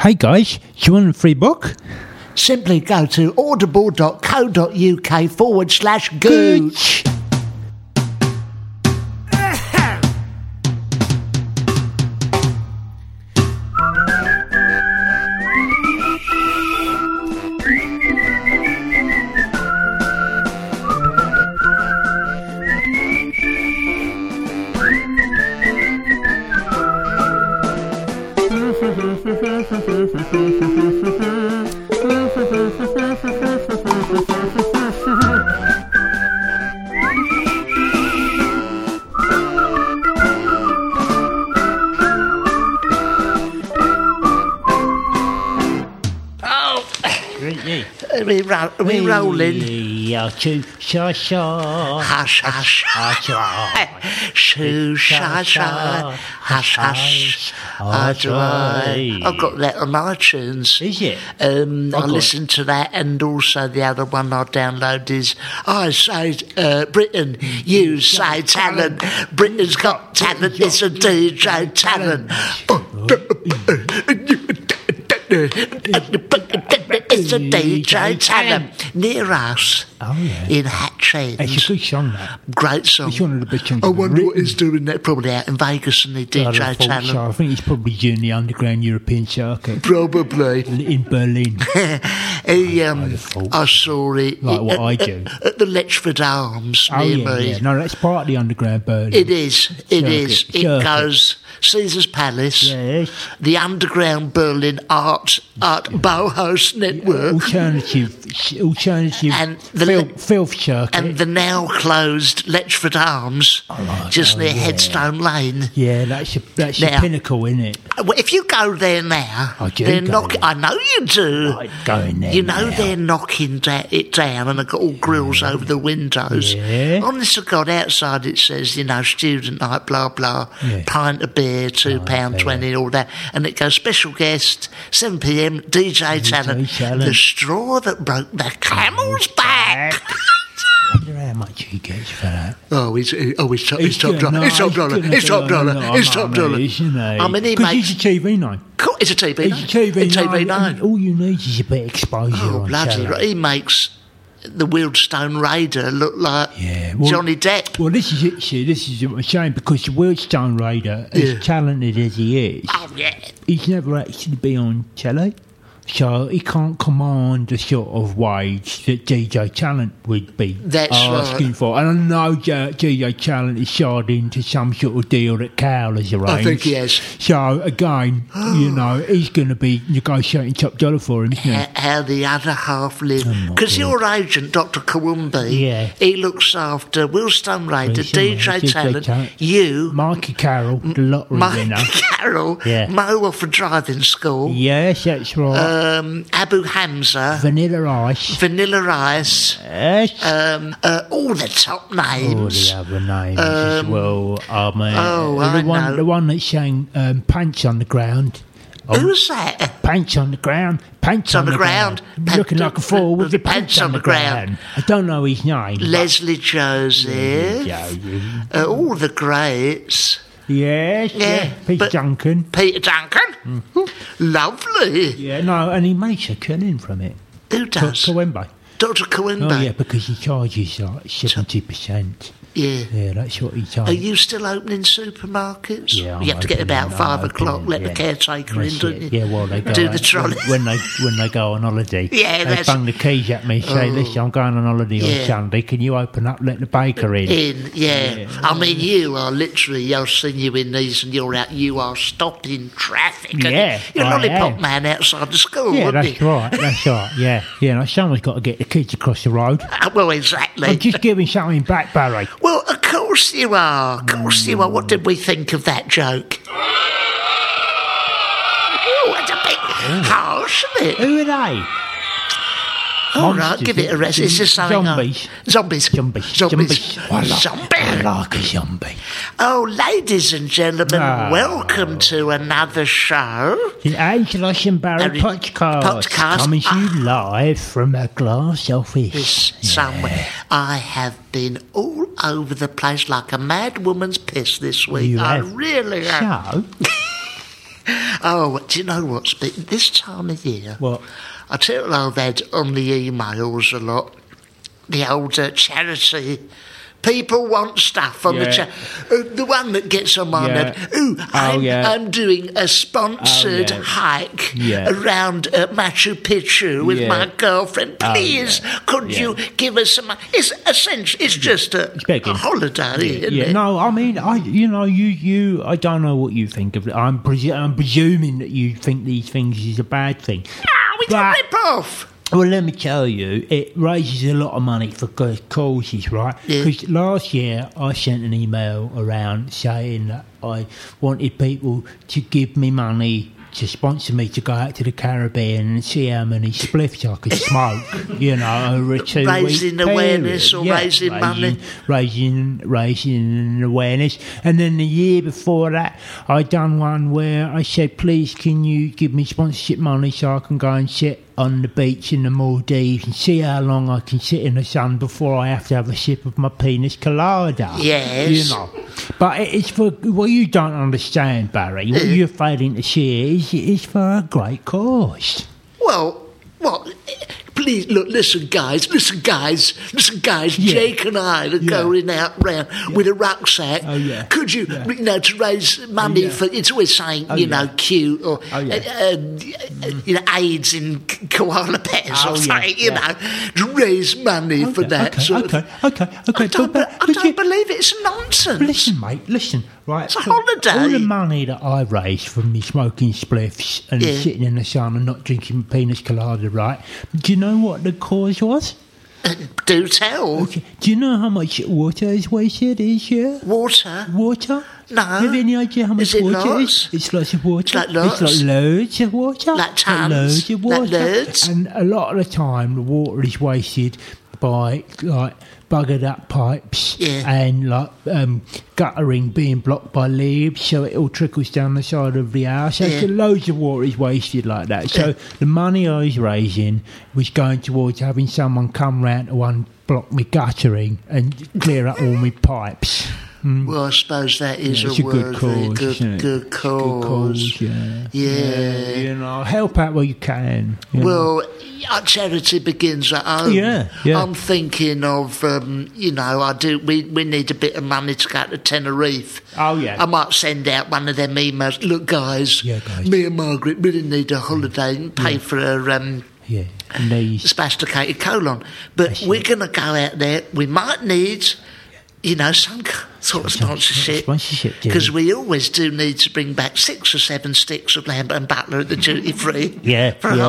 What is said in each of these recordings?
Hey guys, do you want a free book? Simply go to audible.co.uk forward slash gooch. Are we, ro- are we rolling? Yeah, choo, sha, sha. Hush, hush. Hush, hush. Shoo, sha, sha. Hush, hush. I drive. I've got that on iTunes. Is it? Um, I've I got listened to that, and also the other one I downloaded is I say uh, Britain, you say talent. Britain's got talent, it's a DJ talent. Oh, It's a DJ talent near us Oh, yeah. in Hatchend. It's a good song, that. Great song. It's one of the best songs I ever wonder what written. he's doing there. Probably out in Vegas and the I DJ thought so. talent. I think it's probably doing the underground European circuit Probably. in Berlin. he, um, thought. I saw it Like what at, I at- do. at the Letchford Arms Oh, near yeah, me. yeah. No, that's part of the underground Berlin. It is. It Circuit, is. It circuit. goes Caesar's Palace, Yes. the underground Berlin Art Art Bauhaus Network, Alternative, alternative, And the filth, le- filth circuit. and the now closed Letchford Arms, just near Headstone Lane. yeah, that's a, that's Now- a pinnacle, isn't it? Well, if you go there now, I do they're go knocking. there. I know you do. Right, going there You know now. they're knocking da- it down, and they've got all grills over the windows. Yeah. Honest to God, outside it says, you know, student night, blah blah, Yeah. pint of beer, two pound twenty, all that, and it goes special guest, seven p.m. DJ Talent. Talent. The straw that broke the camel's back. I wonder how much he gets for that. Oh, he's he- oh, he's top, he's top gonna- dollar, he's top he's dollar, gonna he's top do a dollar, lot he's of top money, dollar. isn't he? I mean, he 'Cause he's makes. a TV nine. Cool, It's a TV. He's a TV, It's a TV nine. and All you need is a bit of exposure Oh, on bloody telly. right. He makes the Wildstone Raider look like Yeah, well- Johnny Depp. Well, this is it, see. This is a shame because the Wheelstone Raider, Yeah. as talented as he is, Oh, yeah. he's never actually been on telly, so he can't command the sort of wage that DJ Talent would be That's asking right. for. And I know J- DJ Talent is signed into some sort of deal that Cowell has arranged. I think he has. So again, you know, he's going to be negotiating top dollar for him, isn't he? H- How the other half live. not Because your agent, Dr. Kawumbi, Yeah. he looks after Wildstone Raider, Wheelstone Raider, DJ DJ Talent, Talent. you, Mikey Carroll, the lottery Mike winner. Carroll, Yeah. Mo off a driving school, Yes, that's right. um, Abu Hamza, Vanilla Ice. Vanilla Ice, Yes. um, uh, all the top all names. the other names as well. Um, I mean, oh, the I one know. the one that sang um, "Pants on the Ground." Who's that? Pants on the ground, pants on, the ground, Pants- looking like a fool with your pants, on the ground. I don't know his name. but- Leslie Joseph. Yeah, yeah. Uh, all the greats. Yes, yeah, Yeah, Pete but- Duncan. Peter Duncan. Mm. Lovely. Yeah, no, and he makes a killing from it. Who does? Kawembe. Dr. Oh Coimba. yeah, because he charges like seventy percent. Yeah. Yeah, that's what he Are charges. you still opening supermarkets? Yeah, I'm you have to get opening, about I'm five o'clock, opening, let yeah. the caretaker in, That's don't you? it. Yeah, well, they go Do out- the trolley. when they when they go on holiday. Yeah, they that's- Oh. bang the keys at me. Say, listen, I'm going on holiday Yeah. on Sunday. Can you open up? Let the baker in. in, yeah. I mean, you are literally, I've seen you in these and you're out, you are stopping traffic. and Yeah, You're a I lollipop am. man outside the school, Yeah, aren't that's you? right. That's right. Yeah, yeah. Like someone's got to get the kids across the road. Uh, Well, exactly. I'm just giving something back, Barry. Well, of course you are. Of course you are. What did we think of that joke? that's a bit harsh, isn't it? Who are they? All right, Monsters, give it a rest. It's just something. Zombies. I- Zombies. Zombie. Zombies. Zombie. I like- I Zombie. like a zombie. Oh, ladies and gentlemen, Ah. welcome to another show. The Angela and Barry Barry podcast, podcast. coming to you Ah. live from a glass office. This somewhere. I have been all over the place like a mad woman's piss this week. You I have. really am. So, Oh, do you know what's been this time of year? What? I tell I've had on the emails a lot. The old uh, charity. People want stuff on Yeah. the chat. Uh, the one that gets on my Yeah. Oh, nerve. Ooh, I'm, yeah. I'm doing a sponsored Oh, yeah. hike Yeah. around uh, Machu Picchu with Yeah. my girlfriend. Oh, Please, yeah. could Yeah. you give us some? It's essential. It's just a, begging. a holiday, isn't yeah, it? no, I mean, I, you know, you, you, I don't know what you think of it. I'm, presu- I'm presuming that you think these things is a bad thing. Ah, we can But- rip off. Well, let me tell you, it raises a lot of money for good causes, right? Yeah. Because last year I sent an email around saying that I wanted people to give me money to sponsor me to go out to the Caribbean and see how many spliffs I could smoke, you know, over a two Raising awareness or raising money. raising raising awareness. And then the year before that, I done one where I said, "Please, can you give me sponsorship money so I can go and sit on the beach in the Maldives and see how long I can sit in the sun before I have to have a sip of my penis colada?" Yes. you know. But it- it's for what you don't understand, Barry. What you're failing to see is it's for a great cause. Well, what? Please look, listen, guys, listen, guys, listen, guys. Yeah. Jake and I are going out round with a rucksack. Oh, yeah. Could you, Yeah. you know, to raise money yeah. Oh, for? It's always saying, you yeah. know, cute or Oh, yeah. uh, uh, uh, you know, AIDS in k- koala pets Oh, or yeah, something. You yeah. know, to raise money for that. okay, sort of- okay, okay, okay. I but- don't, be- but- I but don't you- believe it's nonsense. Listen, mate, listen. Right, It's a so holiday. All the money that I raise from me smoking spliffs and Yeah. sitting in the sun and not drinking pina colada, right? Do you know what the cause was? Uh, Do tell. Okay. Do you know how much water is wasted each year? Water. Water? No. Have you any idea how much Is it water it lots? is? It's lots of water. It's like lots? It's like loads of water. Like It's tons? loads of Like water. loads? And a lot of the time, the water is wasted by like buggered up pipes Yeah. and like um, guttering being blocked by leaves, so it all trickles down the side of the house. So Yeah. loads of water is wasted like that. So the money I was raising was going towards having someone come round to unblock me guttering and clear up all my pipes. Well, I suppose that is Mm. Yeah, it's a, a good word. cause. good, isn't it? good It's a cause. yeah. Yeah. You know, help out where you can. you know. Well, our charity begins at home. Yeah, yeah. I'm thinking of, um, you know, I do. We, we need a bit of money to go to Tenerife. Oh, yeah. I might send out one of them emails. Look, guys, Yeah, guys. me and Margaret really need a holiday and pay for her um, yeah. And these, spasticated colon. But we're going to go out there. We might need, you know, some k- sort of Some- some sponsorship. sponsorship, yeah. Because we always do need to bring back six or seven sticks of lamb and butler at the duty free. yeah, For yeah.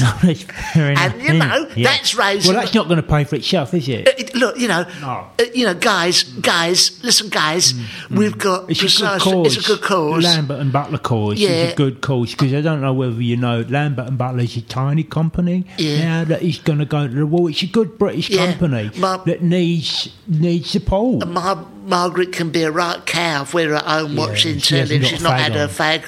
No, that's fair enough. And, you know, yeah. that's raising- Well, that's not going to pay for itself, is it? It- Look, you know, No. Mm, uh, you know, guys, guys, listen, guys, we've got It's a good precisely- cause. It's a good cause. Lambert and Butler cause is Yeah. a good cause because I don't know whether you know Lambert and Butler is a tiny company Yeah. now that is going to go to the wall. It's a good British Yeah, company but- that needs needs support. Mar- Margaret can be a right cow if we're at home watching she hasn't telly and got she's a not fag had her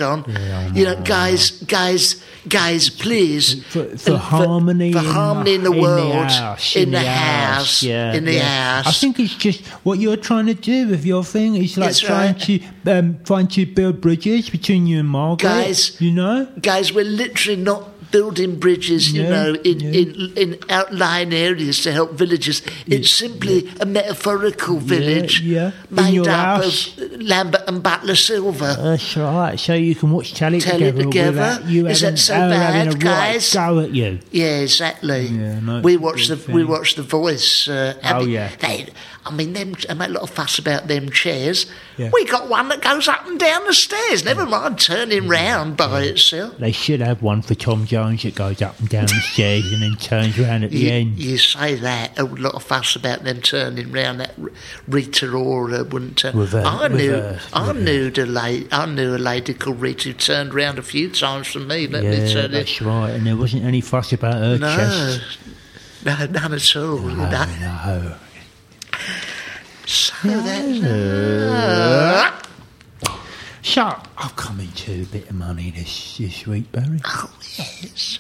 on. fag on. you know, guys, guys, guys, please. for, uh, for harmony, For in, harmony in the world. house, in the house. yeah, In the yeah. house. I think it's just what you're trying to do with your thing. It's like That's trying right. to um, trying to build bridges between you and Margaret. Guys. you know, guys, we're literally not building bridges, you Yeah, know, in, yeah. in in outlying areas to help villages. It's simply a metaphorical village yeah. In made your up house. Uh. of Lambert and Butler Silver. that's right. So you can watch telly Telly together. together. without you Is having, that so her having a bad, right guys? Go at you. yeah, exactly. Yeah, no, we it's a watched the good we thing. watched the Voice. Uh, I Oh, mean, yeah. they, I mean, them, I made a lot of fuss about them chairs. Yeah. We got one that goes up and down the stairs, never mind turning round by itself. They should have one for Tom Jones that goes up and down the stairs and then turns around at the You, end. you say that, a lot of fuss about them turning round, that R- Rita Ora wouldn't turn. Reverse- I knew, reverse- I reverse. knew the lady, I knew a lady called Rita who turned round a few times for me, let me yeah, tell you. that's right. And there wasn't any fuss about her No, chest. no, none at all. you Oh, know. no. So that's. So, I've come into a bit of money this, this week, Barry. Oh, yes.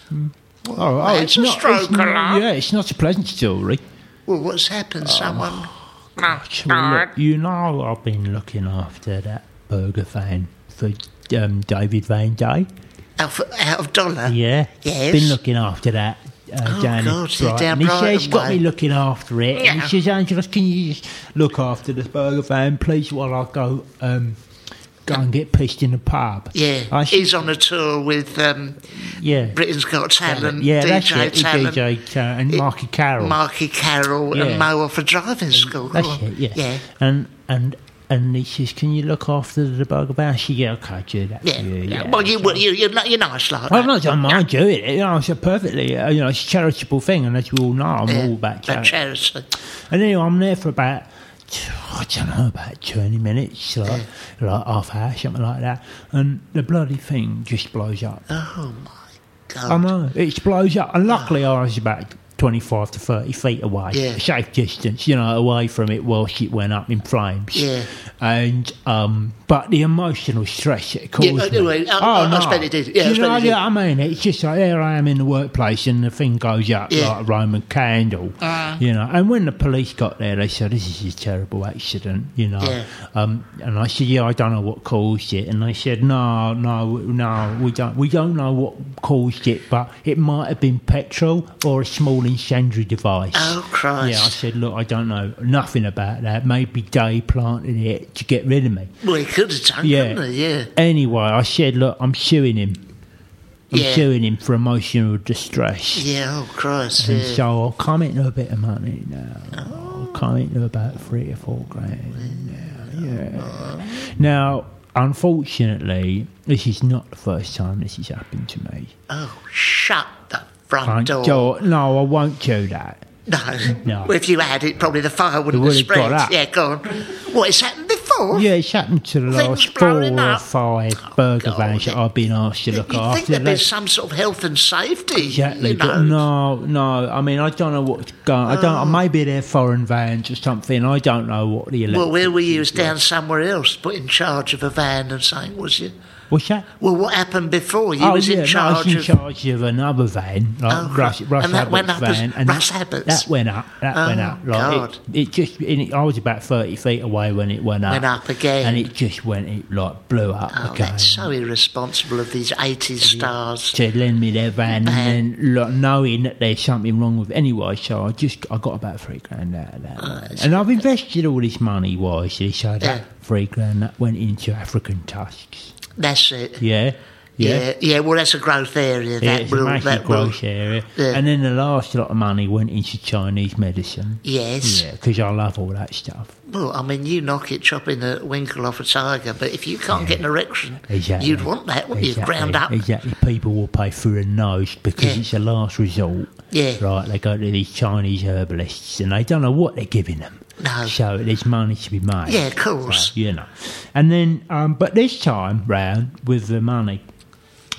Oh, that's a stroke it's not- alarm. Yeah, it's not a pleasant story. Well, what's happened? Oh. Someone. Gosh, well, look, you know I've been looking after that burger fan for um, David Van Day. Out of, out of dollar? Yeah. Yes. Been looking after that. Uh, Oh, down God, at he's Brighton. down he Brighton says he's got way. me looking after it. And Yeah. he says, Angela, can you just look after this burger van, please, while I go um, go and get pissed in the pub? Yeah. I said, He's on a tour with um, yeah. Britain's Got Talent, yeah, that's DJ it. Talent, DJ Talent and Marky Carroll. Marky Carroll, Yeah. and Mo off a driving school. That's Go on. it, yeah. And and and he says, "Can you look after the burger van?" I said, "Yeah, okay, I'll do that." Yeah. for yeah. Well, you, you, you're, not, you're nice like Well, that. I'm not saying mind doing it. You know, it's a perfectly, uh, you know, it's a charitable thing, and as you all know, I'm Yeah, all about but uh, charity. charity. And anyway, I'm there for about, I don't know, about 20 minutes, like, like half hour, something like that. And the bloody thing just blows up. Oh, my God. I know, it blows up. And luckily, I was about 25 to 30 feet away, Yeah. safe distance, you know, away from it whilst it went up in flames. Yeah. And, um, but the emotional stress it caused. Yeah, I do, me- Oh, I- I- I expect it did. Yeah, I you know, expect it did. I mean, it's just like here I am in the workplace and the thing goes up Yeah. Ah. like a Roman candle, you know. And when the police got there, they said, This is a terrible accident, you know. Yeah. Um, and I said, Yeah, I don't know what caused it. And they said, No, no, no, we don't, we don't know what caused it, but it might have been petrol or a small incendiary device. Oh, Christ. Yeah, I said, Look, I don't know nothing about that. Maybe Day planted it to get rid of me. Well, he could have done, Yeah. couldn't he? Yeah. Anyway, I said, look, I'm suing him. I'm Yeah. suing him for emotional distress. Yeah, oh, Christ. And yeah. so I'll come into a bit of money now. Oh. I'll come into about three or four grand now. Yeah. Now, unfortunately, this is not the first time this has happened to me. Oh, shut the front I door. don't- no, I won't do that. No. No. Well, if you had it, probably the fire wouldn't It would have have spread. got up. Yeah, go on. What, it's happened before? Yeah, it's happened to the Things last four blowing or up. Oh, five burger God. vans that I've been asked to You'd look think after. there'd be They- some sort of health and safety. Exactly, you but know. Oh. no, no. I mean, I don't know what's going. I don't. Maybe they're foreign vans or something. I don't know what the elect- Well, where were you? Was down somewhere else, put in charge of a van and something, was you? What's that? Well, what happened before? You oh was yeah, in no, I was charge in of. charge of another van, like Oh, Russ, right. Russ And that went Abbott's up as- van, and Russ that, Abbott's? that went up. That Oh, went up. Like, God. It, it just. and it, I was about thirty feet away when it went up. Went up again. and it just went. It like blew up Oh, again. that's so irresponsible of these 80s stars. to lend me their van, and then lo- knowing that there's something wrong with anyway, so I just I got about three grand out of that, and I've invested all this money wisely. So that Oh, Yeah. three grand that went into African tusks, That's it. yeah, yeah. yeah. yeah, well, that's a growth area. Yeah, That it's will. a massive that will- growth area, Yeah. and then the last lot of money went into Chinese medicine. Yes. Yeah, because I love all that stuff. Well, I mean, you knock it chopping a winkle off a tiger, but if you can't get an erection, Exactly. you'd want that, wouldn't you? Exactly. Ground up. Exactly. People will pay through a nose because Yeah. it's a last resort. Yeah. Right. They go to these Chinese herbalists and they don't know what they're giving them. No. So there's money to be made. Yeah, of course. So, you know. And then, um, but this time round with the money,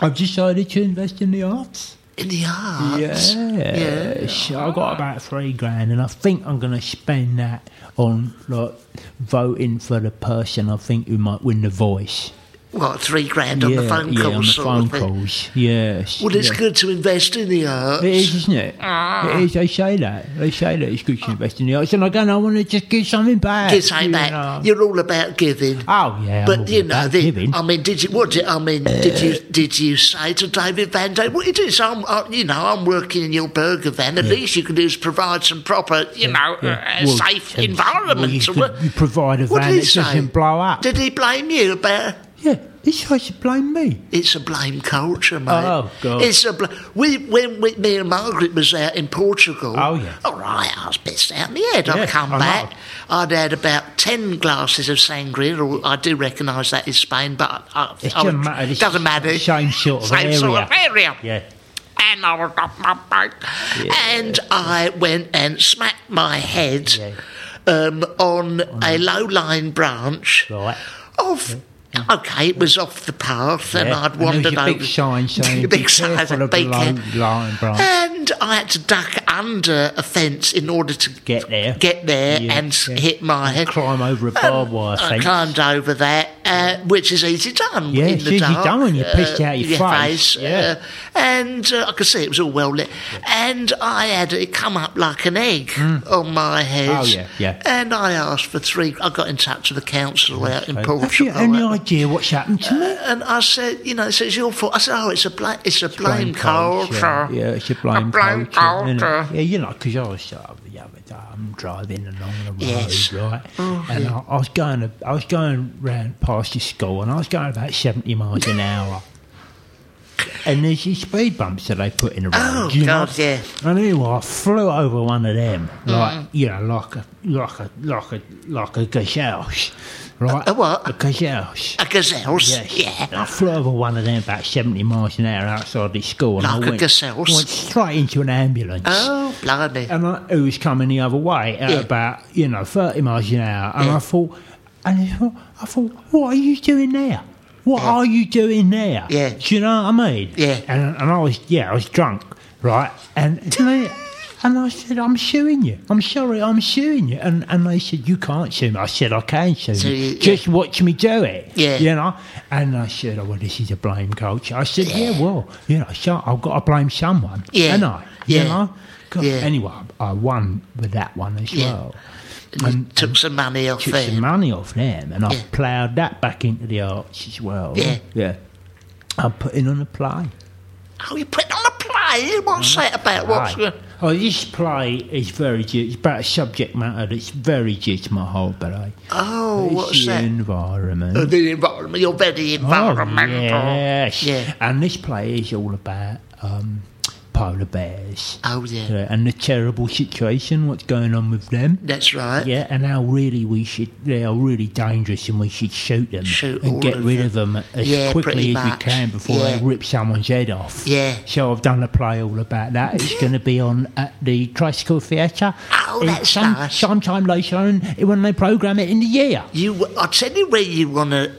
I've decided to invest in the arts. In the arts. Yeah. So I got about three grand, and I think I'm going to spend that on like voting for the person I think who might win the voice What, three grand on the phone yeah, calls? on the sort phone of thing? calls. Yes. Well, it's yeah. good Ah. to invest in the arts. It is, isn't it? It is. They say that. They say that it's good to invest in the arts, and again, I want to just give something back. Kids ain't you that. know. You're all about giving. Oh yeah, Uh, I'm but all you know, about the, um, giving. I mean, did you? What did I mean? did you? Did you say to David Van Day, "Well, it is. I'm, I, you know, I'm working in your burger van. The least you can do is provide some proper, you know, yeah. uh, Well, safe well, environment." you to could- work." you provide a What van did he that doesn't say? blow up. Did he blame you about? yeah. This guy should blame me. It's a blame culture, mate. Oh, God. It's a bl- we when we, me and Margaret was out in Portugal. Oh, yeah. All right, I was pissed out in the head. Yeah, I've come I know. back. I'd had about ten glasses of sangria. Or I do recognise that is Spain, but uh, I, It I, I doesn't matter. It's Oh, Doesn't matter. Same sort of Same area. sort of area. Yeah. And I was up my back, and I went and smacked my head Yeah. um, on a low-lying branch Right. off. Okay, it was off the path, and Yeah. I'd And there was wandered a big over. sign saying, "Be careful of big Uh, the sign, low- lying branch." And I had to duck under a fence in order to Get there. get there, Yeah, and s yeah. hit my head. Climb over a barbed wire I fence. Uh, climbed over that, uh, which is easy done. Yeah, in it's the easy dark, uh, done when you're pissed out your face, face. yeah. uh, and uh, I could see it was all well lit. And I had it come up like an egg on my head. Mm. Oh, yeah, yeah. And I asked for three. I got in touch with the council out in Portugal. Have you any idea what's happened to me? And I said, you know, it says your fault. I said, oh, it's a bla- it's a blame, culture. Yeah, it's a blame, A blame culture. isn't it? culture. Yeah, you know, because I was uh, the other day, I'm driving along the road, Yes. Oh, right? and I, I was going, to, I was going round past this school, and I was going about seventy miles an hour. And there's these speed bumps that they put in the road. Oh, you know? God, yeah. Mm. And anyway, I flew over one of them, like you know, like a like a like a like a gazelle, right? A- a what? A gazelle. A gazelle's. Yes. And Yeah. I flew over one of them about 70 miles an hour outside this school. And Like I a went, gazelles? went straight into an ambulance. Oh, blimey. And I, who was coming the other way at Yeah. about, you know, 30 miles an hour. And Yeah. I thought, and I thought, I thought, what are you doing there? What are you doing there? Yeah. Do you know what I mean? Yeah. And, and I was, yeah, I was drunk, right? And they, and I said, I'm suing you. I'm sorry, I'm suing you. And and they said, you can't sue me. I said, I can sue So you. you- Just watch me do it. Yeah. You know? And I said, oh, well, this is a blame culture. I said, yeah, well, you know, so I've got to blame someone. Yeah. And I, Yeah. you know? God, Yeah. Anyway, I I won with that one as Yeah. well. And took some money off Took him. some money off them and Yeah. I've ploughed that back into the arts as well. Yeah. Yeah. I'm putting on a play. Oh, you put on a play? Mm. What's that about? What's Play. Oh, this play is very, ju- it's about a subject matter that's very just my whole ballet. Oh, it's what's the that? environment. Uh, The environment. You're very environmental. Oh, yes. Yeah. And this play is all about um, polar bears. Oh, Uh, yeah. and the terrible situation, what's going on with them. That's right. Yeah, and how really we should, they are really dangerous and we should shoot them Shoot all and get of rid them. of them as Yeah, pretty quickly as we much. can before Yeah. they rip someone's head off. Yeah. So I've done a play all about that. It's going to be on at the Tricycle Theatre. Oh, in that's some, nice. Sometime later on when they programme it in the year. You, I'll tell you where you want to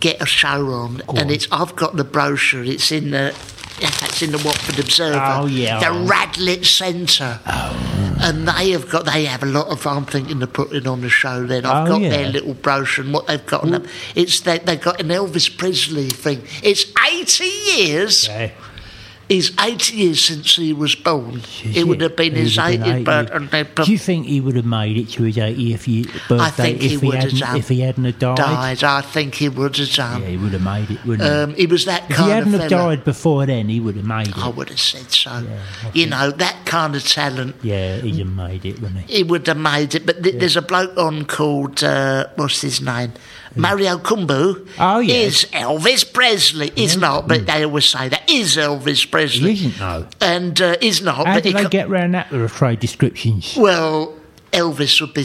get a show on, and on. it's I've got the brochure. It's in the. yeah, It's in the Watford Observer. Oh, yeah. Oh. The Radlett Centre. And they have got, they have a lot of, I'm thinking of putting on the show then. I've Oh, got yeah. their little brochure and what they've got on them. It's that they've got an Elvis Presley thing. It's 80 years. Yeah. It's 80 years since he was born. Is it would have been It his would have been 80th 80th. birthday. Do you think he would have made it to his 80th ye- birthday I think if, he would have hadn't, done. if he hadn't have died? died. I think he would have Yeah, done. he would have made it, wouldn't he? Um, he was that If kind he hadn't of have fella. died before then, he would have made it. I would have said so. you know, that kind of talent. Yeah, he'd have made it, wouldn't he? He would have made it, but th- there's a bloke on called, uh, what's his name? Mario Kumbu. Oh, yes. Mm. Is Elvis Presley. Is not, but they always say that. Is Elvis He Presley. isn't, though. And uh, is not. How but did he they co- get round that with trade descriptions? Well, Elvis would be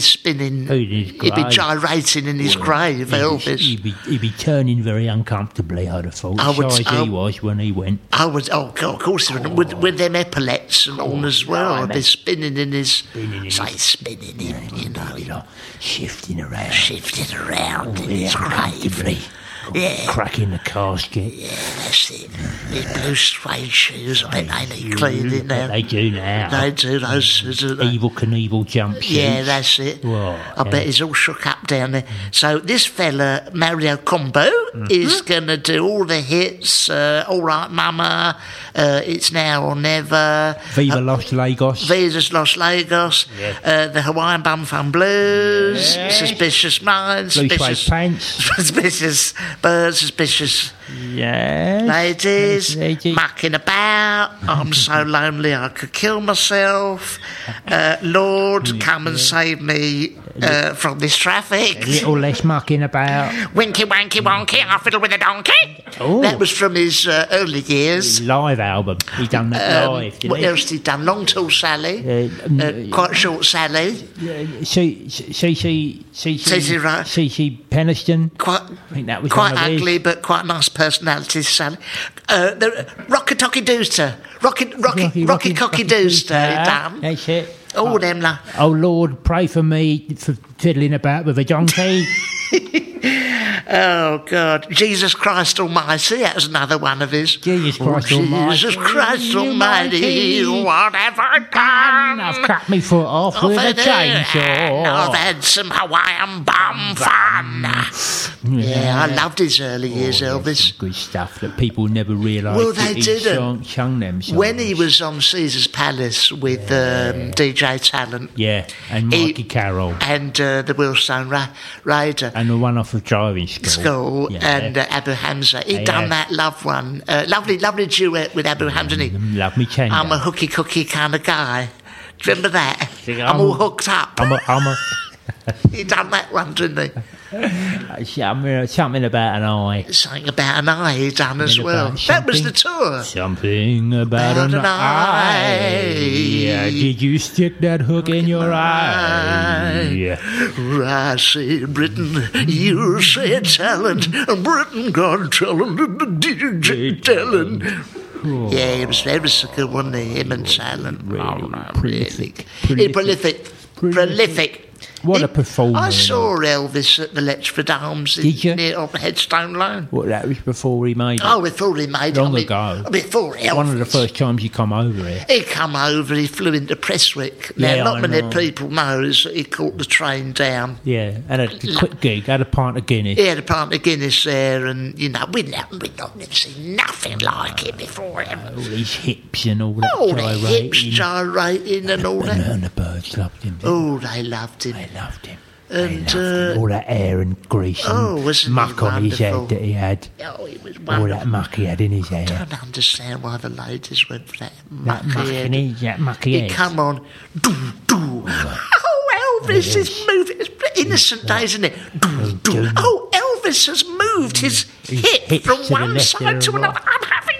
In spinning. his Oh, He'd be grave. gyrating in his grave, Elvis. He'd be, he'd be turning very uncomfortably, I'd have thought. I would- The size I- he was when he went. I was, oh, God, of course, he would with, with them epaulets and all as well. I'd be blimey. spinning in his. in his- say, spinning in, you know. You know, uh, shifting around, shifted around in his uncomfortably, grave. Oh, Yeah, cracking the casket. that's it. His blue suede shoes, I bet they need cleaning But now. They do now. They do those shoes, don't they? Evil Knievel jumpsuits. Yeah, that's it. Well, I bet he's all shook up down there. So this fella, Mario Combo, Mm-hmm. is going to do all the hits, uh, All Right Mama, uh, It's Now or Never, Viva Los Lagos. Visas Los Lagos, uh, The Hawaiian Bum Fun Blues, Suspicious Minds, Blue suede Suspicious... pants. Suspicious birds, suspicious Yes. ladies, Ladies. mucking about. I'm so lonely I could kill myself. Uh, Lord, come and save me. uh, from this traffic. A little less mucking about. Winky wanky wonky, I fiddle with a donkey. Oh. That was from his uh, early years. Live album. He done that Um, live. didn't what he? else did he done? Long tall Sally, uh, quite short Sally, Uh, C C C C CC Wright. C C Peniston. quite I think that was quite one of his. ugly but quite nice personality Sally. Uh, the rocket tocky dooster, rocket rocky rocky cocky dooster, he done. That's it. All them like. Oh Lord, pray for me for fiddling about with a donkey. Oh God, Jesus Christ Almighty! That was another one of his. Jesus Oh, Christ Almighty. Jesus Christ Almighty! Almighty. What have I and done? I've cut me foot off I've with a oh. had, uh, I've chainsaw. had some Hawaiian bum fun. Yeah, I loved his Oh, early years, Elvis. Good stuff that people never realised. Well, that they he didn't. sung- sung them songs. When he was on Caesar's Palace with um, DJ Talent yeah, and He- Mikey Carroll. and uh, the Willstone Ra- Raider. and the one off of driving school. School Yeah. and uh, Abu Hamza. he Yeah. done that love one, uh, lovely, lovely duet with Abu Hamza. didn't he? Love me tender. I'm a hooky cookie kind of guy. Do you remember that? See, I'm, I'm- all hooked up. I'm a, I'm a, he done that one, didn't I'm a- something about an eye. he? Something about an eye he done as Something well. about That was the something. tour. Something about an, an eye. eye. Yeah, did you stick that hook in your eye? eye. Yeah. I say Britain, you say talent, and Britain got talent, and the DJ talent. Oh. Yeah, he was very good, wasn't he? Him and Silent. Really prolific. prolific. Prolific. prolific. prolific. What He- a performer. I saw Elvis at the Letchford Arms in, Did you? near on Headstone Lane. Well, that was before we made it. Oh, before he made Long it. I mean- ago. Before Elvis. One of the first times you come over here. He come over, he flew into Prestwick. Now, Yeah, not I many know. people know is that he caught the train down. Yeah, had a quick gig, had a pint of Guinness. He had a pint of Guinness there, and you know we'd not, we'd not never seen nothing like it before. All Him. these hips and all that All the hips gyrating. gyrating and all and, that. and the birds loved him. didn't Oh, they loved They him. loved him. And, they loved him. uh, All that hair and grease and oh, wasn't he muck on his wonderful? head that he had. Oh, it was All wonderful. that muck he had in his hair. I don't understand why the ladies went for that That muck mucky in head. his, that mucky He head. come on, do do. Oh, Elvis is moving. It's innocent days, isn't it? Do do. do. Oh, Elvis has moved his hip hips from Mm. to the one left side and to the another. I'm having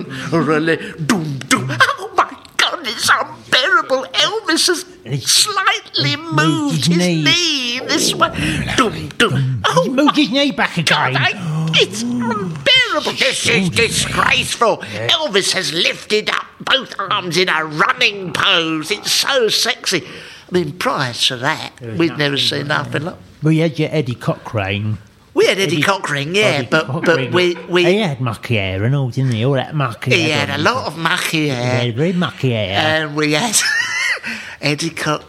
an orgasm. Really, do do. Oh my God, it's unbearable. Elvis has He's- slightly moved his moved his knee. knee this way. Do do. He Oh moved his knee back God, again. I, it's unbearable. This is disgraceful. Elvis has lifted up both arms in a running pose. It's so sexy. I mean, prior to that, we'd never seen nothing like. We had your Eddie Cochrane. We had Eddie Eddie- Cochran, yeah, Eddie but Cochrane. but we He we had mucky hair and all, didn't he? All that mucky he hair. had a lot of mucky He hair, had very mucky hair. and we had Eddie Uh, There's a lot of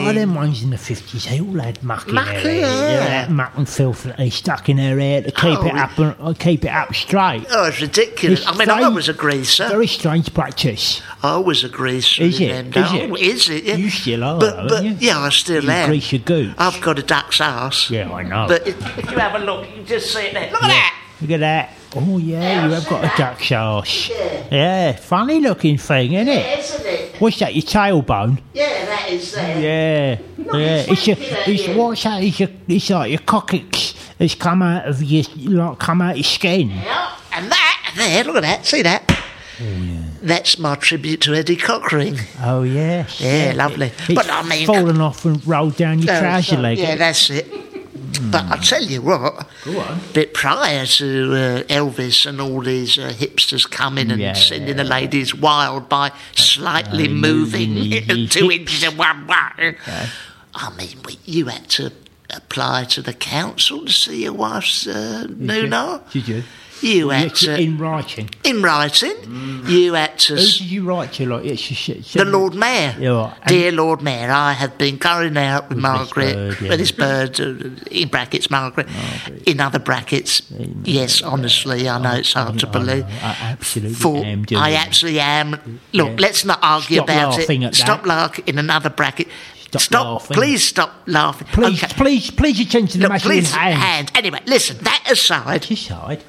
Cochran. them ones in the 50s, they all had mucky, Mucky hair. hair. Yeah, that muck and filth that they stuck in their hair to keep Oh, it we- up and uh, keep it up straight. Oh, it's ridiculous. I It's mean, I very- was a greaser. Very strange practice. I was a greaser. Is in it? them Is it? days. Oh, Is it? Yeah. You still are, But, aren't but you? yeah, I still You am. grease your gooch. I've got a duck's ass. Yeah, I know. But if, if you have a look, you can just see it there. Look at that. Look at that. Oh, yeah, you have got a duck's arse. Yeah. funny looking thing, isn't it? Isn't it? What's that, your tailbone? Yeah, that is there. Yeah. Yeah. It's, your, it's what's that? It's, your, it's like your coccyx that's come out of your, like, come out your skin. Yeah. And that there, look at that. See that? That's my tribute to Eddie Cochran. Oh, yes. Yeah, lovely. It's but I mean, fallen off and rolled down your trouser leg. Yeah, that's it. But I tell you what, but prior to uh, Elvis and all these uh, hipsters coming and Yeah. sending the ladies wild by slightly moving moving his two hips. inches in one way, I mean, we, you had to apply to the council to see your wife's uh, Nuno. Did you? You had Yes, to, in writing. in writing, you had to. Who s- did you write to? Like, it's your shit. the Lord Mayor. Yeah, right. And- Dear Lord Mayor, I have been going out with, Margaret, bird, yeah. with this bird, uh, in brackets, Margaret, in other brackets. Yes, honestly, I know it's hard to I know. believe. I absolutely For- am doing I it. absolutely am. Look, let's not argue Stop about laughing it. at stop that. laughing in another bracket. Stop laughing. Please stop laughing. Please, Okay. please, please attention to the Look, matter in please, hand. hand. Anyway, listen, that aside, Decide.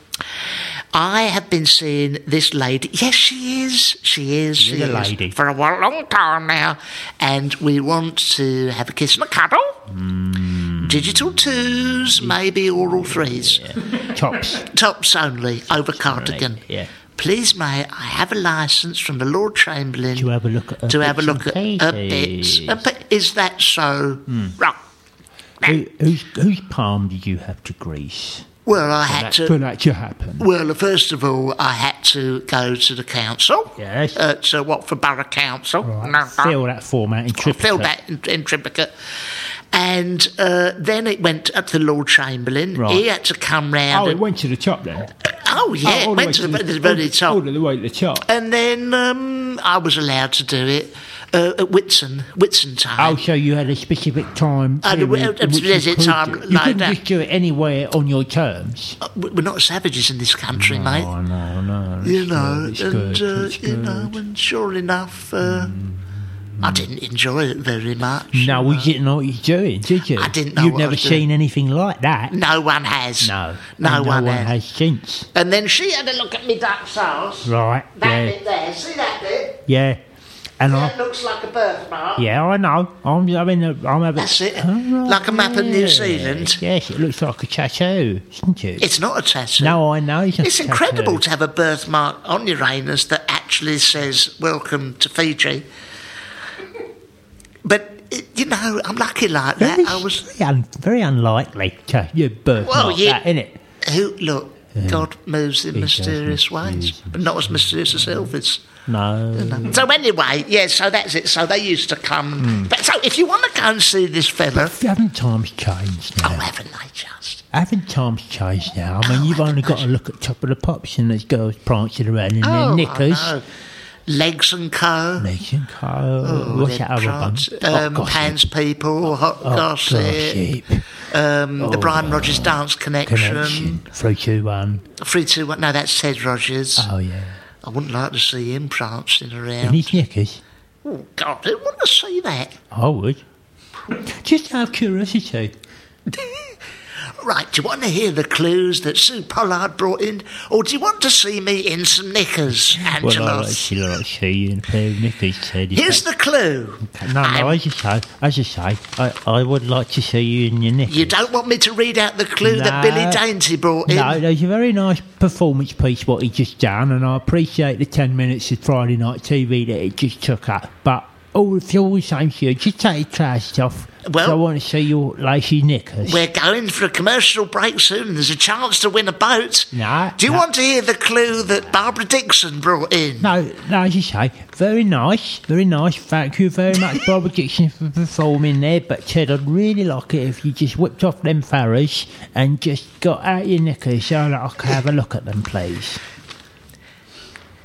I have been seeing this lady. Yes, she is. She is. She You're the is. lady. For a wa- long time now. And we want to have a kiss and a cuddle. Hmm. Digital twos, maybe oral threes. Tops. Tops only, over cardigan. yeah. Please, may I have a licence from the Lord Chamberlain To have a look at her to have a bits look at and her pieces. bits? Her bit- Is that so? Hmm. Right. Who, whose, whose palm did you have to grease Well, I had to. for that to happen? Well, first of all, I had to go to the council. Yes. Uh, to Watford Borough Council. Right. Fill that form out in triplicate. Filled that in, in triplicate. And uh, then it went up to the Lord Chamberlain. Right. He had to come round. Oh, it and- went to the top then. oh, yeah, oh, all it went to way the, the very top. Uh, All the way to the top. And then um, I was allowed to do it uh, at Whitson, Whitson Oh, time. so you had a specific time. I had a- period uh, a in which you specific could time do it. You like couldn't that. just do it anywhere on your terms. Uh, We're not savages in this country, mate. Oh, no, no. you know, it's and good, uh, it's you know, good. Mm, and sure enough, uh, I didn't enjoy it very much. No, we didn't know what you were doing, did you? I didn't know You've what I never was doing. seen anything like that. No one has. No, no, and one, has. has since. And then she had a look at me duck's arse. Right, That yeah. bit there. See that bit? Yeah, and That I, looks like a birthmark. yeah, I know. I'm, I'm in. A, I'm having. That's it. Oh, right, Like a map of New yeah. Zealand. Yes, it looks like a tattoo, isn't it? It's not a tattoo. no, I know. It's, not It's a incredible tattoo. to have a birthmark on your anus that actually says "Welcome to Fiji." But it- you know, I'm lucky like that. Very, I was. un, very unlikely to you birth Well, like you- that, innit? Who look? God moves in He does mysterious ways, mysterious- but not as mysterious as Elvis. No. So anyway, yeah. So that's it. So they used to Hmm. come. But so if you want to go and see this fella, Haven't times changed oh, now? haven't they just? Haven't times changed now? I mean, you've only got to look at top of the pops and there's girls prancing around in Oh, their I knickers. know. legs and co. Nation Co. What's Their that other one? prance- Oh, Um, gossip. Pans people, hot Oh, gossip. gossip. Um, the Brian Rogers Dance Connection. Connection. Three, two, one. Three, two, one. No, that's Ted Rogers. Oh, yeah. I wouldn't like to see him prancing And around. his knickers. Oh, God, who would to see that? I would. Just out of curiosity. Right, do you want to hear the clues that Sue Pollard brought in? Or do you want to see me in some knickers, Well, I Angela? like to see, like, to see you in a pair of knickers, Ted. Is Here's that- the clue. No, no, I'm- as you say, as you say, I, I would like to see you in your knickers. You don't want me to read out the clue that Billy No. Dainty brought in? No, there's a very nice performance piece what he just done, and I appreciate the ten minutes of Friday night TV that it just took up. But all if you're all the same to you, just take your trousers off. 'cause Well- I want to see your lacy knickers. We're going for a commercial break soon. There's a chance to win a boat. No, Do you no. want to hear the clue that Barbara Dixon brought in? no, no, as you say, very nice, very nice. Thank you very much, Barbara Dixon, for performing there. But Ted, I'd really like it if you just whipped off them farrows and just got out your knickers so that I can have a look at them, please.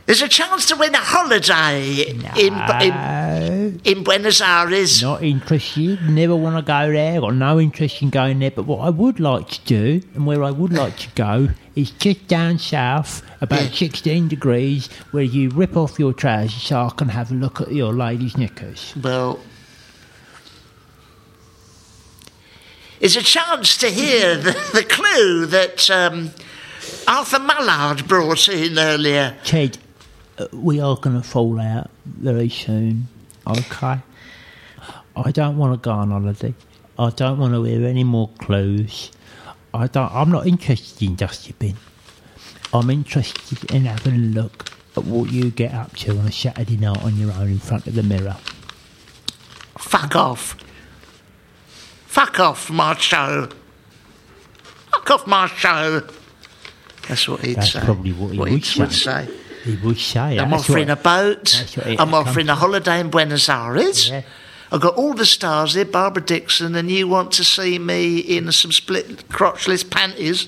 There's a chance to win a holiday in, No. in, in Buenos Aires. Uh, Not interested. Never want to go there. Got no interest in going there. But what I would like to do, and where I would like to go, is just down south, about 16 degrees, where you rip off your trousers so I can have a look at your lady's knickers. Well, there's a chance to hear the, the clue that um, Arthur Mallard brought in earlier. Ted, uh, we are going to fall out very soon. Okay. I don't want to go on holiday. I don't want to hear any more clues. I don't. I'm not interested in dustbin. I'm interested in having a look at what you get up to on a Saturday night on your own in front of the mirror. Fuck off. Fuck off my show. Fuck off my show. That's what he'd That's say. probably what he would would say. say. He would say. I'm that's offering what- a boat. that's what it I'm offering comes a holiday in Buenos Aires. Yeah. I've got all the stars here, Barbara Dixon, and you want to see me in some split crotchless panties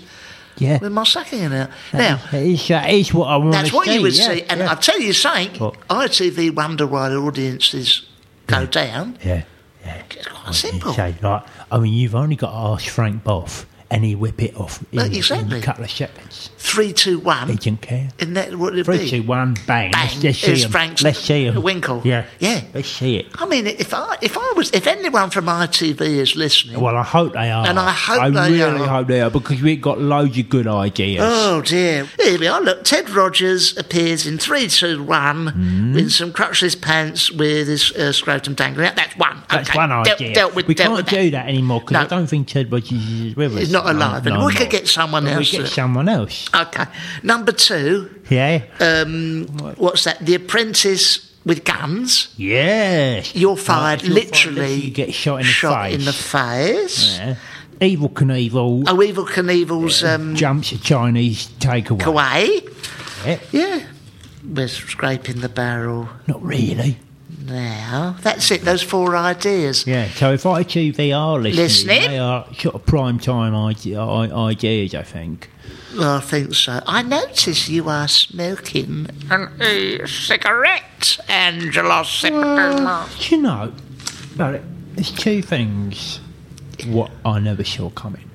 Yeah. with my sucking in it. Now, That is, that is what I want that's to what you would yeah, see. And yeah. I'll tell you something, What? ITV wonder why the audiences go down. yeah. yeah. It's quite I simple. say, like, I mean, you've only got to ask Frank Boff and he whip it off in, Well, in exactly. a couple of seconds. Three, two, one. He didn't care. Isn't that what it'd Three, be? two, one, bang. Bang. Let's, let's see It's him. Frank's Let's see him. Winkle. Yeah. Yeah. Let's see it. I mean, if I if I was if anyone from ITV is listening, Well, I hope they are. And I hope I they really are. hope they are because we've got loads of good ideas. Oh dear. Here we are. Look, Ted Rogers appears in 3 2 1 Hmm. with some crutchless pants with his uh, scrotum dangling out. That's one. That's Okay. one idea. Dealt, dealt with, we dealt can't with do that anymore because No. I don't think Ted Rogers is with us. He's not No, alive. and no we could more. get someone We else. get to- someone else. okay. Number two. Yeah. Um, what's that? The apprentice with guns. yes. You're fired, you're fired, literally. you get shot in the shot face. in the face. Yeah. Evil Knievel Oh, Evil Knievel's um, jumps a Chinese takeaway. away. Yeah. Yeah. We're scraping the barrel Not really. now. That's it. Those four ideas. Yeah. So if I achieve they are listening, Listening? they are sort of prime time ide- i- ideas, I think. Well, Oh, I think so. I notice you are smoking an e-cigarette, Angelos Simpermas. Do you know, Barrett, there's two things what I never saw coming.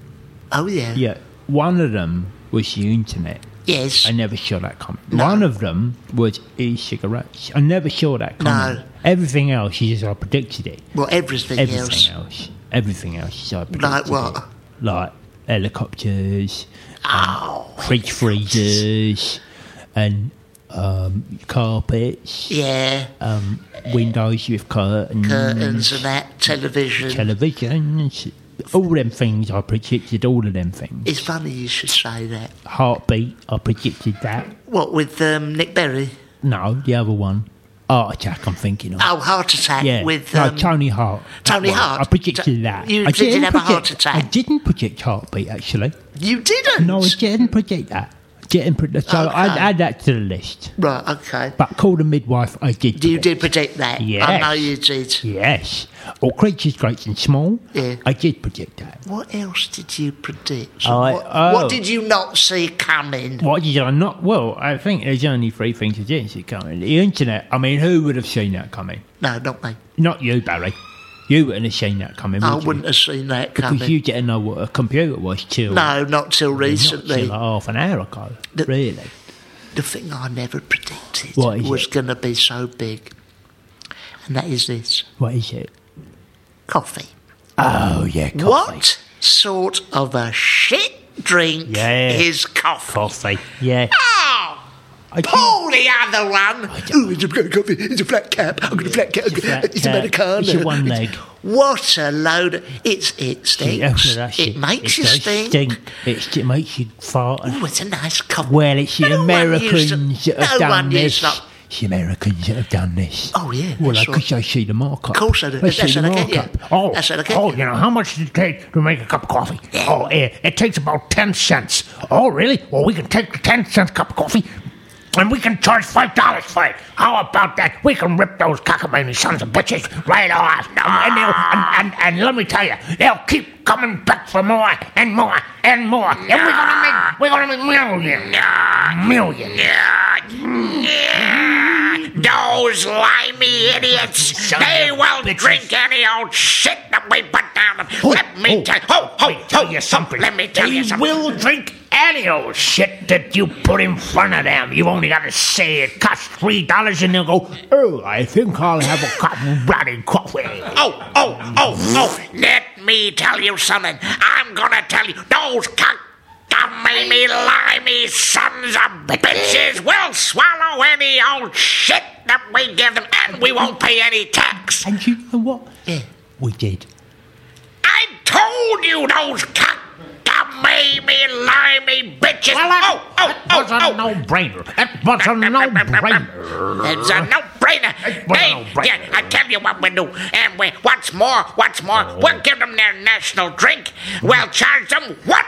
Oh yeah. Yeah. One of them was the internet. Yes. I never saw that coming. One of them was e-cigarettes. I never saw that coming. No. Everything else is as I predicted it. well, everything, Everything else. else. Everything else is I predicted Like what? it. Like helicopters, um, Oh. fridge freezers, and um, carpets, Yeah. um, windows with curtains, Curtains and that television. televisions. All them things I predicted. All of them things. it's funny you should say that. Heartbeat. I predicted that. What with um, Nick Berry? No, the other one. Heart attack, I'm thinking of. Oh, heart attack yeah. with no, um, Tony Hart. Tony That one. Hart. I predicted T- that. you I did didn't have a heart predict- attack. I didn't predict heartbeat, actually. You didn't. No, I didn't predict that. Didn't predict. Uh, So I'd Okay. add that to the list. Right. Okay. But call the midwife, I did. you predict. did predict that. I Yes. know you did. Yes. Or creatures great and small. Yeah. I did predict that. What else did you predict? I- what, oh. what did you not see coming? What did I not? Well, I think there's only three things I didn't see coming. The internet. I mean, who would have seen that coming? No, not me. Not you, Barry. You wouldn't have seen that coming. I would you? wouldn't have seen that Because coming. you didn't know what a computer was till no, not till not recently. till half an hour ago. The- really? the thing I never predicted What is was it? going to be so big, and that is this What is it? coffee. Oh yeah, coffee. What sort of a shit drink Yeah. is coffee? Coffee. Yeah. Oh, I think- Pull the other one. Ooh, Oh, it's a black coffee. It's a flat cap. I'm going to flat cap. It's a flat It's cap. Americano. It's a one leg. oh, What a load! of- It's it stinks. that's it makes you does stink. It's, it makes you fart. and- Ooh, it's a nice coffee. well, it's the No one Americans used to- that have no done one used this. to- It's the Americans that have done this. Oh, yeah, Well, that's because right. they see the markup. Of course they do. They That's see the how they get you. markup. Oh, That's how they get oh, you. you know how much does it take to make a cup of coffee? Oh, eh, it takes about ten cents. Oh, really? Well, we can take the ten cent cup of coffee. And we can charge five dollars for it. How about that? We can rip those cockamamie sons of bitches right off. And, and, they'll- and, and, and let me tell you, they'll keep coming back for more and more and more. And we're gonna make we're gonna make millions, millions. Those limey idiots! Son of They a will bitches. Oh, drink any old shit that we put down them. Let me tell ho, ho, let me tell you something. Let me tell they you something. will drink any old shit that you put in front of them. You only got to say it costs three dollars, and they'll go, "Oh, I think I'll have a cup of bloody coffee." Oh, oh, oh, oh! Let me tell you something. I'm gonna tell you. Those cockamamie, limey sons of bitches will swallow any old shit that we give them, and we won't pay any tax. And you know what? Yeah. We did. I told you those cockamamie, limey bitches. oh, oh, oh, was oh! a no-brainer. It was a no-brainer. It's a no-brainer. was a They- no-brainer. yeah, I tell you what we do, and we, what's more, what's more, Oh. we'll give them their national drink. We'll charge them what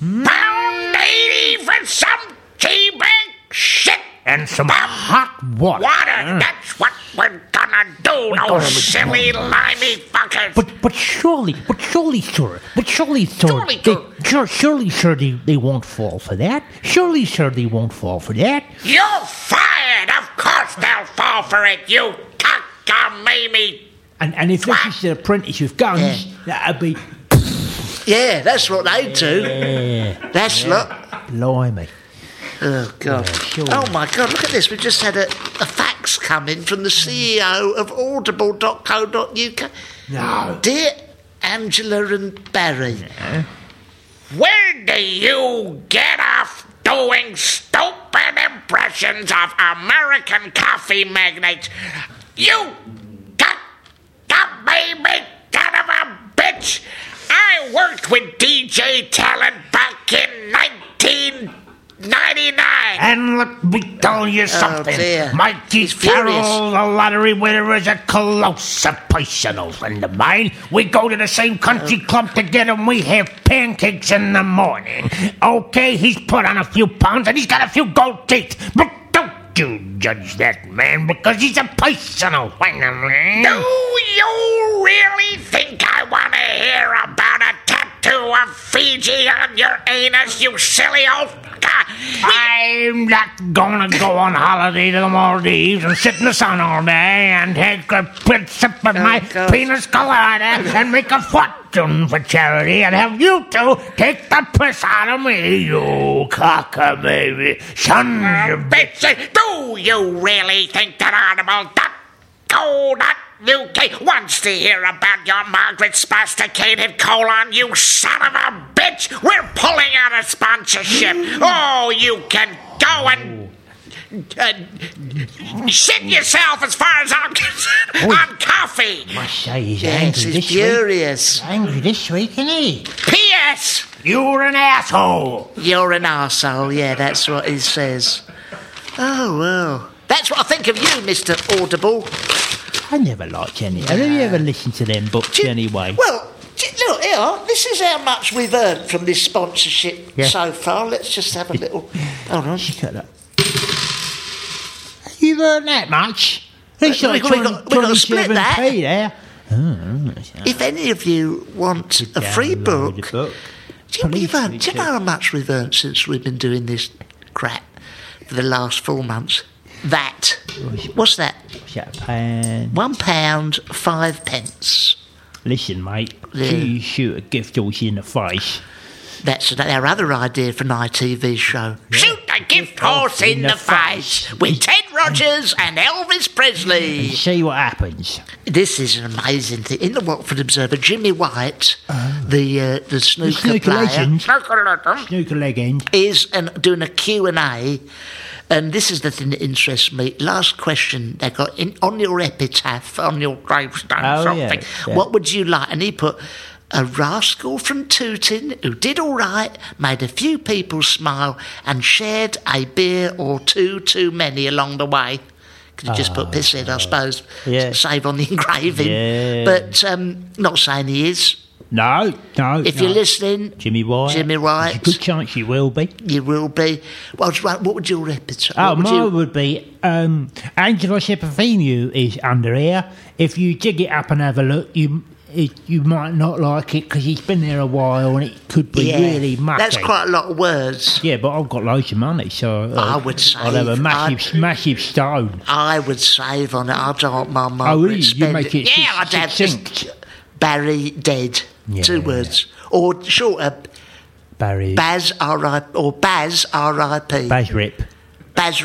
pound eighty for some teabag shit And some Bum. hot water. Uh. water. That's what we're gonna do, gonna those be- silly limey fuckers. But but surely, but surely, sir, but surely, sir, Surely, they, sir. sure, surely, sir, they, they won't fall for that. Surely, sir, they won't fall for that. You're fired. Of course they'll fall for it. You cockamamie. And and if this is the apprentice with guns, Yeah. that'd be Yeah, that's what they do. That's not. Blimey. Oh God! Oh my God! Look at this. We just had a, a fax come in from the CEO of Audible.co.uk. No. Dear Angela and Barry, Where do you get off doing stupid impressions of American coffee magnates? You got the baby son of a bitch! I worked with DJ Talent back in 1999. And let me tell you something. dear. Mikey He's furious. Carroll, the lottery winner, is a close personal friend of mine. We go to the same country club together and we have pancakes in the morning. Okay, he's put on a few pounds and he's got a few gold teeth. But don't you judge that man because he's a personal friend of mine. Do you really think I want to hear about a tattoo of Fiji on your anus, you silly old guy? I'm not gonna go on holiday to the Maldives and sit in the sun all day and take a big sip of my God. penis colada and make a fortune for charity and have you two take the piss out of me, you cockababy sons of bitches, Uh, do you really think that audible.co.uk wants to hear about your Margaret spasticated colon, you son of a bitch? We're pulling out a sponsorship. Mm. Oh, you can go and. Oh. Uh, shit yourself as far as I'm concerned on coffee. Must say he's yes, angry this he's week. furious. Angry this week, isn't he? P.S. You're an asshole. You're an arsehole. Yeah, that's what he says. Oh well, that's what I think of you, Mister Audible. I never liked any. Have you ever listened to them books Do you- anyway? Well, do you- look here. This is how much we've earned from this sponsorship Yeah. so far. Let's just have a little. Hold on. Shut up. You've earned that much? It's Uh, like we- we got- we 20 got to split 27p there. If any of you want a free book, Download the book. do you, we've Please, earned, do you Richard. know how much we've earned since we've been doing this crap for the last four months? That. What's that? Japan. One pound five pence. Listen, mate. Yeah. See you shoot a gift horse in the face. That's our other idea for an ITV show. Shoot a gift horse in the face with Ted Rogers and Elvis Presley. and see what happens. This is an amazing thing. In the Watford Observer, Jimmy White, the uh, the snooker, Oh. Snooker player, legend. Snooker legend. is an, doing a Q&A, and this is the thing that interests me. Last question they got in, on your epitaph, on your gravestone, Oh, something. yeah, yeah. What would you like? And he put a rascal from Tooting who did all right, made a few people smile, and shared a beer or two too many along the way. Could have just put piss in, I suppose. Ah, Yeah. to Save on the engraving. Yeah. But um, not saying he is. No, no. If no. you're listening, Jimmy White. Jimmy There's White. a good chance you will be. you will be. Well, it's right, what would your epitaph? Oh, what would mine you- would be um, Angela Sepifemu is under here. If you dig it up and have a look, you it, you might not like it because he's been there a while and it could be really mucky. That's quite a lot of words. Yeah, but I've got loads of money, so uh, I would I'll have a save- massive, massive stone. I would save on it. I don't want my mum. Oh, really? would You spend make it Yeah, succ- I'd have just succinct. Barry dead. Two Yeah. words, or shorter, Barry, Baz R.I. or Baz R.I.P. Baz Rip, Baz Baz Rip.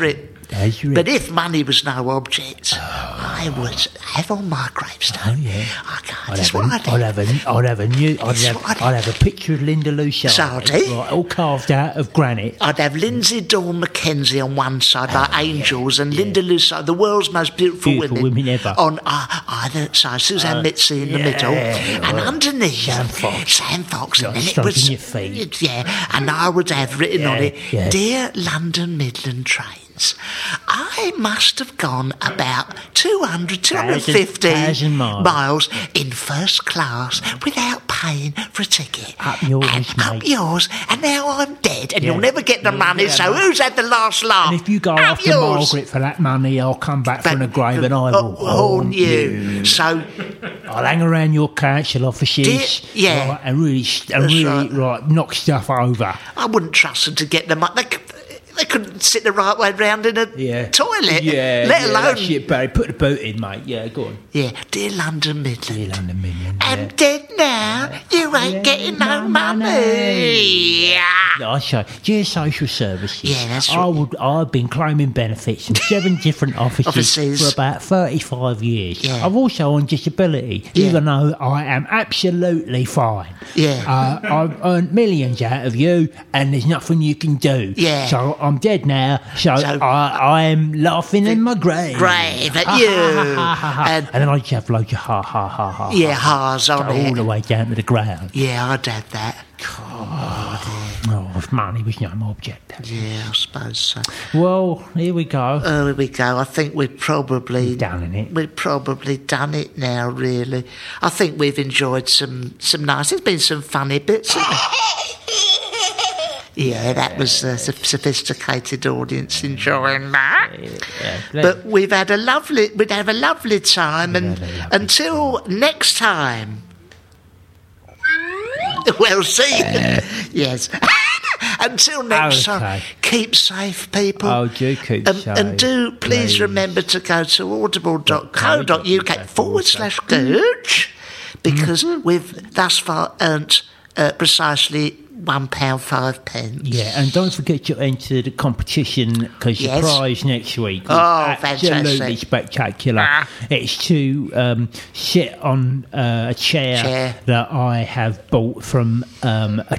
Rip. But if money was no object, I would have on my gravestone. Oh, yeah. I can't. I'd that's have, a, what I I'd, do. have a, I'd have a new, I'd That's have, what I I'd have a picture of Linda Lucia, Sardi. right, all carved out of granite. I'd have Lindsay Dawn Mackenzie on one side, like angels, and Linda Lusso, the world's most beautiful, Oh, Beautiful women ever. Uh, on uh, either side. Suzanne Mitzi in the middle, and underneath Sam Fox. Sam Fox, and Got then it stuck was in your feet. yeah, and I would have written on Yeah, it, yeah. dear London Midland trains. I must have gone about 200, 250 Thousand miles. miles in first class without paying for a ticket. Up yours, and mate. Up yours, and now I'm dead, and you'll Yeah. never get the Yeah, money, yeah, so mate. who's had the last laugh? And if you go Have after yours. Margaret for that money, I'll come back But- from the grave and I uh, will haunt you. So, I'll hang around your council offices, Di- yeah. right, and really, st- and That's really, right. right, knock stuff over. I wouldn't trust them to get the money. They couldn't sit the right way round in a Yeah. toilet, Yeah. let yeah, alone. That shit, Barry. Put the boat in, mate. Yeah, go on. Yeah, dear London Midland. Dear London Midland. I'm Yeah. dead now. You ain't Yeah, getting no no, money. Yeah. No, I say, Oh, dear social services. Yeah, that's I right. would. I've been claiming benefits from seven different offices, Offices. for about thirty-five years. Yeah. I'm also on disability, Yeah. even though I am absolutely fine. Yeah. uh, I've earned millions out of you, and there's nothing you can do. Yeah. so I'm dead now. So, So- uh, I, I am laughing in my grave. Grave at Ah, Ha, ha, you. ha, ha, ha, ha. And- and then I just have loads of ha ha ha ha. Yeah, ha's on all it. the way down to the ground. Yeah, I'd had that. Oh, if money was no object. Yeah, I suppose so. Well, here we go. Oh, here we go. I think we've probably Down in it. We've probably done it now. Really, I think we've enjoyed some some nice. There's been some funny bits. Hasn't there? yeah, that was a sophisticated audience enjoying that. But we've had a lovely, we'd have a lovely time, had and a lovely until next time. Well, see, yes. until next time, Okay. keep safe, people. Oh, do keep um, and, safe, And do please, please. remember to go to audible.co.uk forward slash gooch because we've thus far earned uh, precisely one pound five pence. Yeah, and don't forget to enter the competition because Yes. your prize next week is Oh, absolutely fantastic. spectacular. Ah. It's to um, sit on uh, a chair, Chair. that I have bought from um, a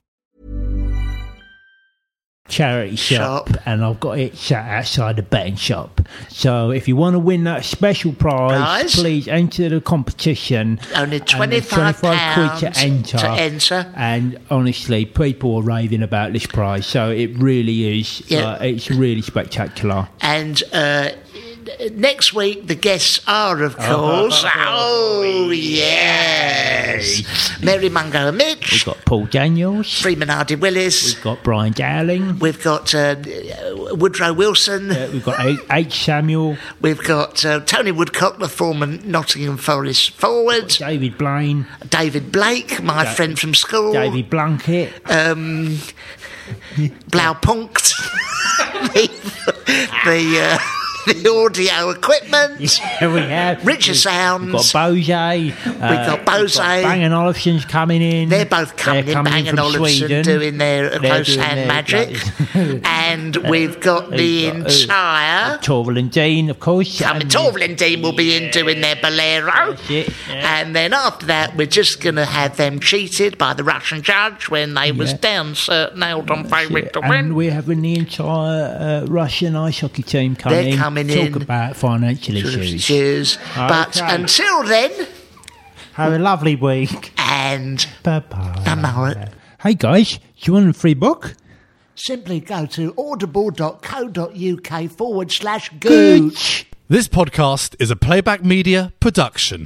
charity shop, Shop. and I've got it sat outside the betting shop. So if you want to win that special prize, Prize? please enter the competition. Only And there's 25 25 pounds to enter. And honestly, people are raving about this prize, so it really is. Yeah. like, it's really spectacular. And uh, next week, the guests are, of course, oh, yes, Mary Mungo and We've Mitch, got Paul Daniels. Freeman Hardy Willis, We've got Brian Dowling. we've got uh, Woodrow Wilson, uh, We've got H. H. Samuel, we've got uh, Tony Woodcock, the former Nottingham Forest forward, David Blaine, David Blake, my Da- friend from school, David Blunkett, um, Blaupunkt, the, the, uh, the audio equipment. Here we have Richard We've got Sounds. Bose. Uh, got Bose. Bang and Olufsen's coming in. They're both coming in, Bang and from Olufsen Sweden. doing their uh, They're close doing hand their- magic. and we've got We've the got, uh, entire. Torvald and Dean, of course. I mean, and- Torvald Dean will be in doing their bolero. That's it, yeah. And then after that, we're just going to have them cheated by the Russian judge when they was Yeah. down, so nailed on favourite to And win. we're having the entire uh, Russian ice hockey team coming They're in. coming Talk in. about financial issues. Cheers. But Okay. until then, Have a lovely week. and Bye bye. I know it. Hey guys, do you want a free book? Simply go to audible.co.uk forward slash gooch. Gooch. This podcast is a playback media production.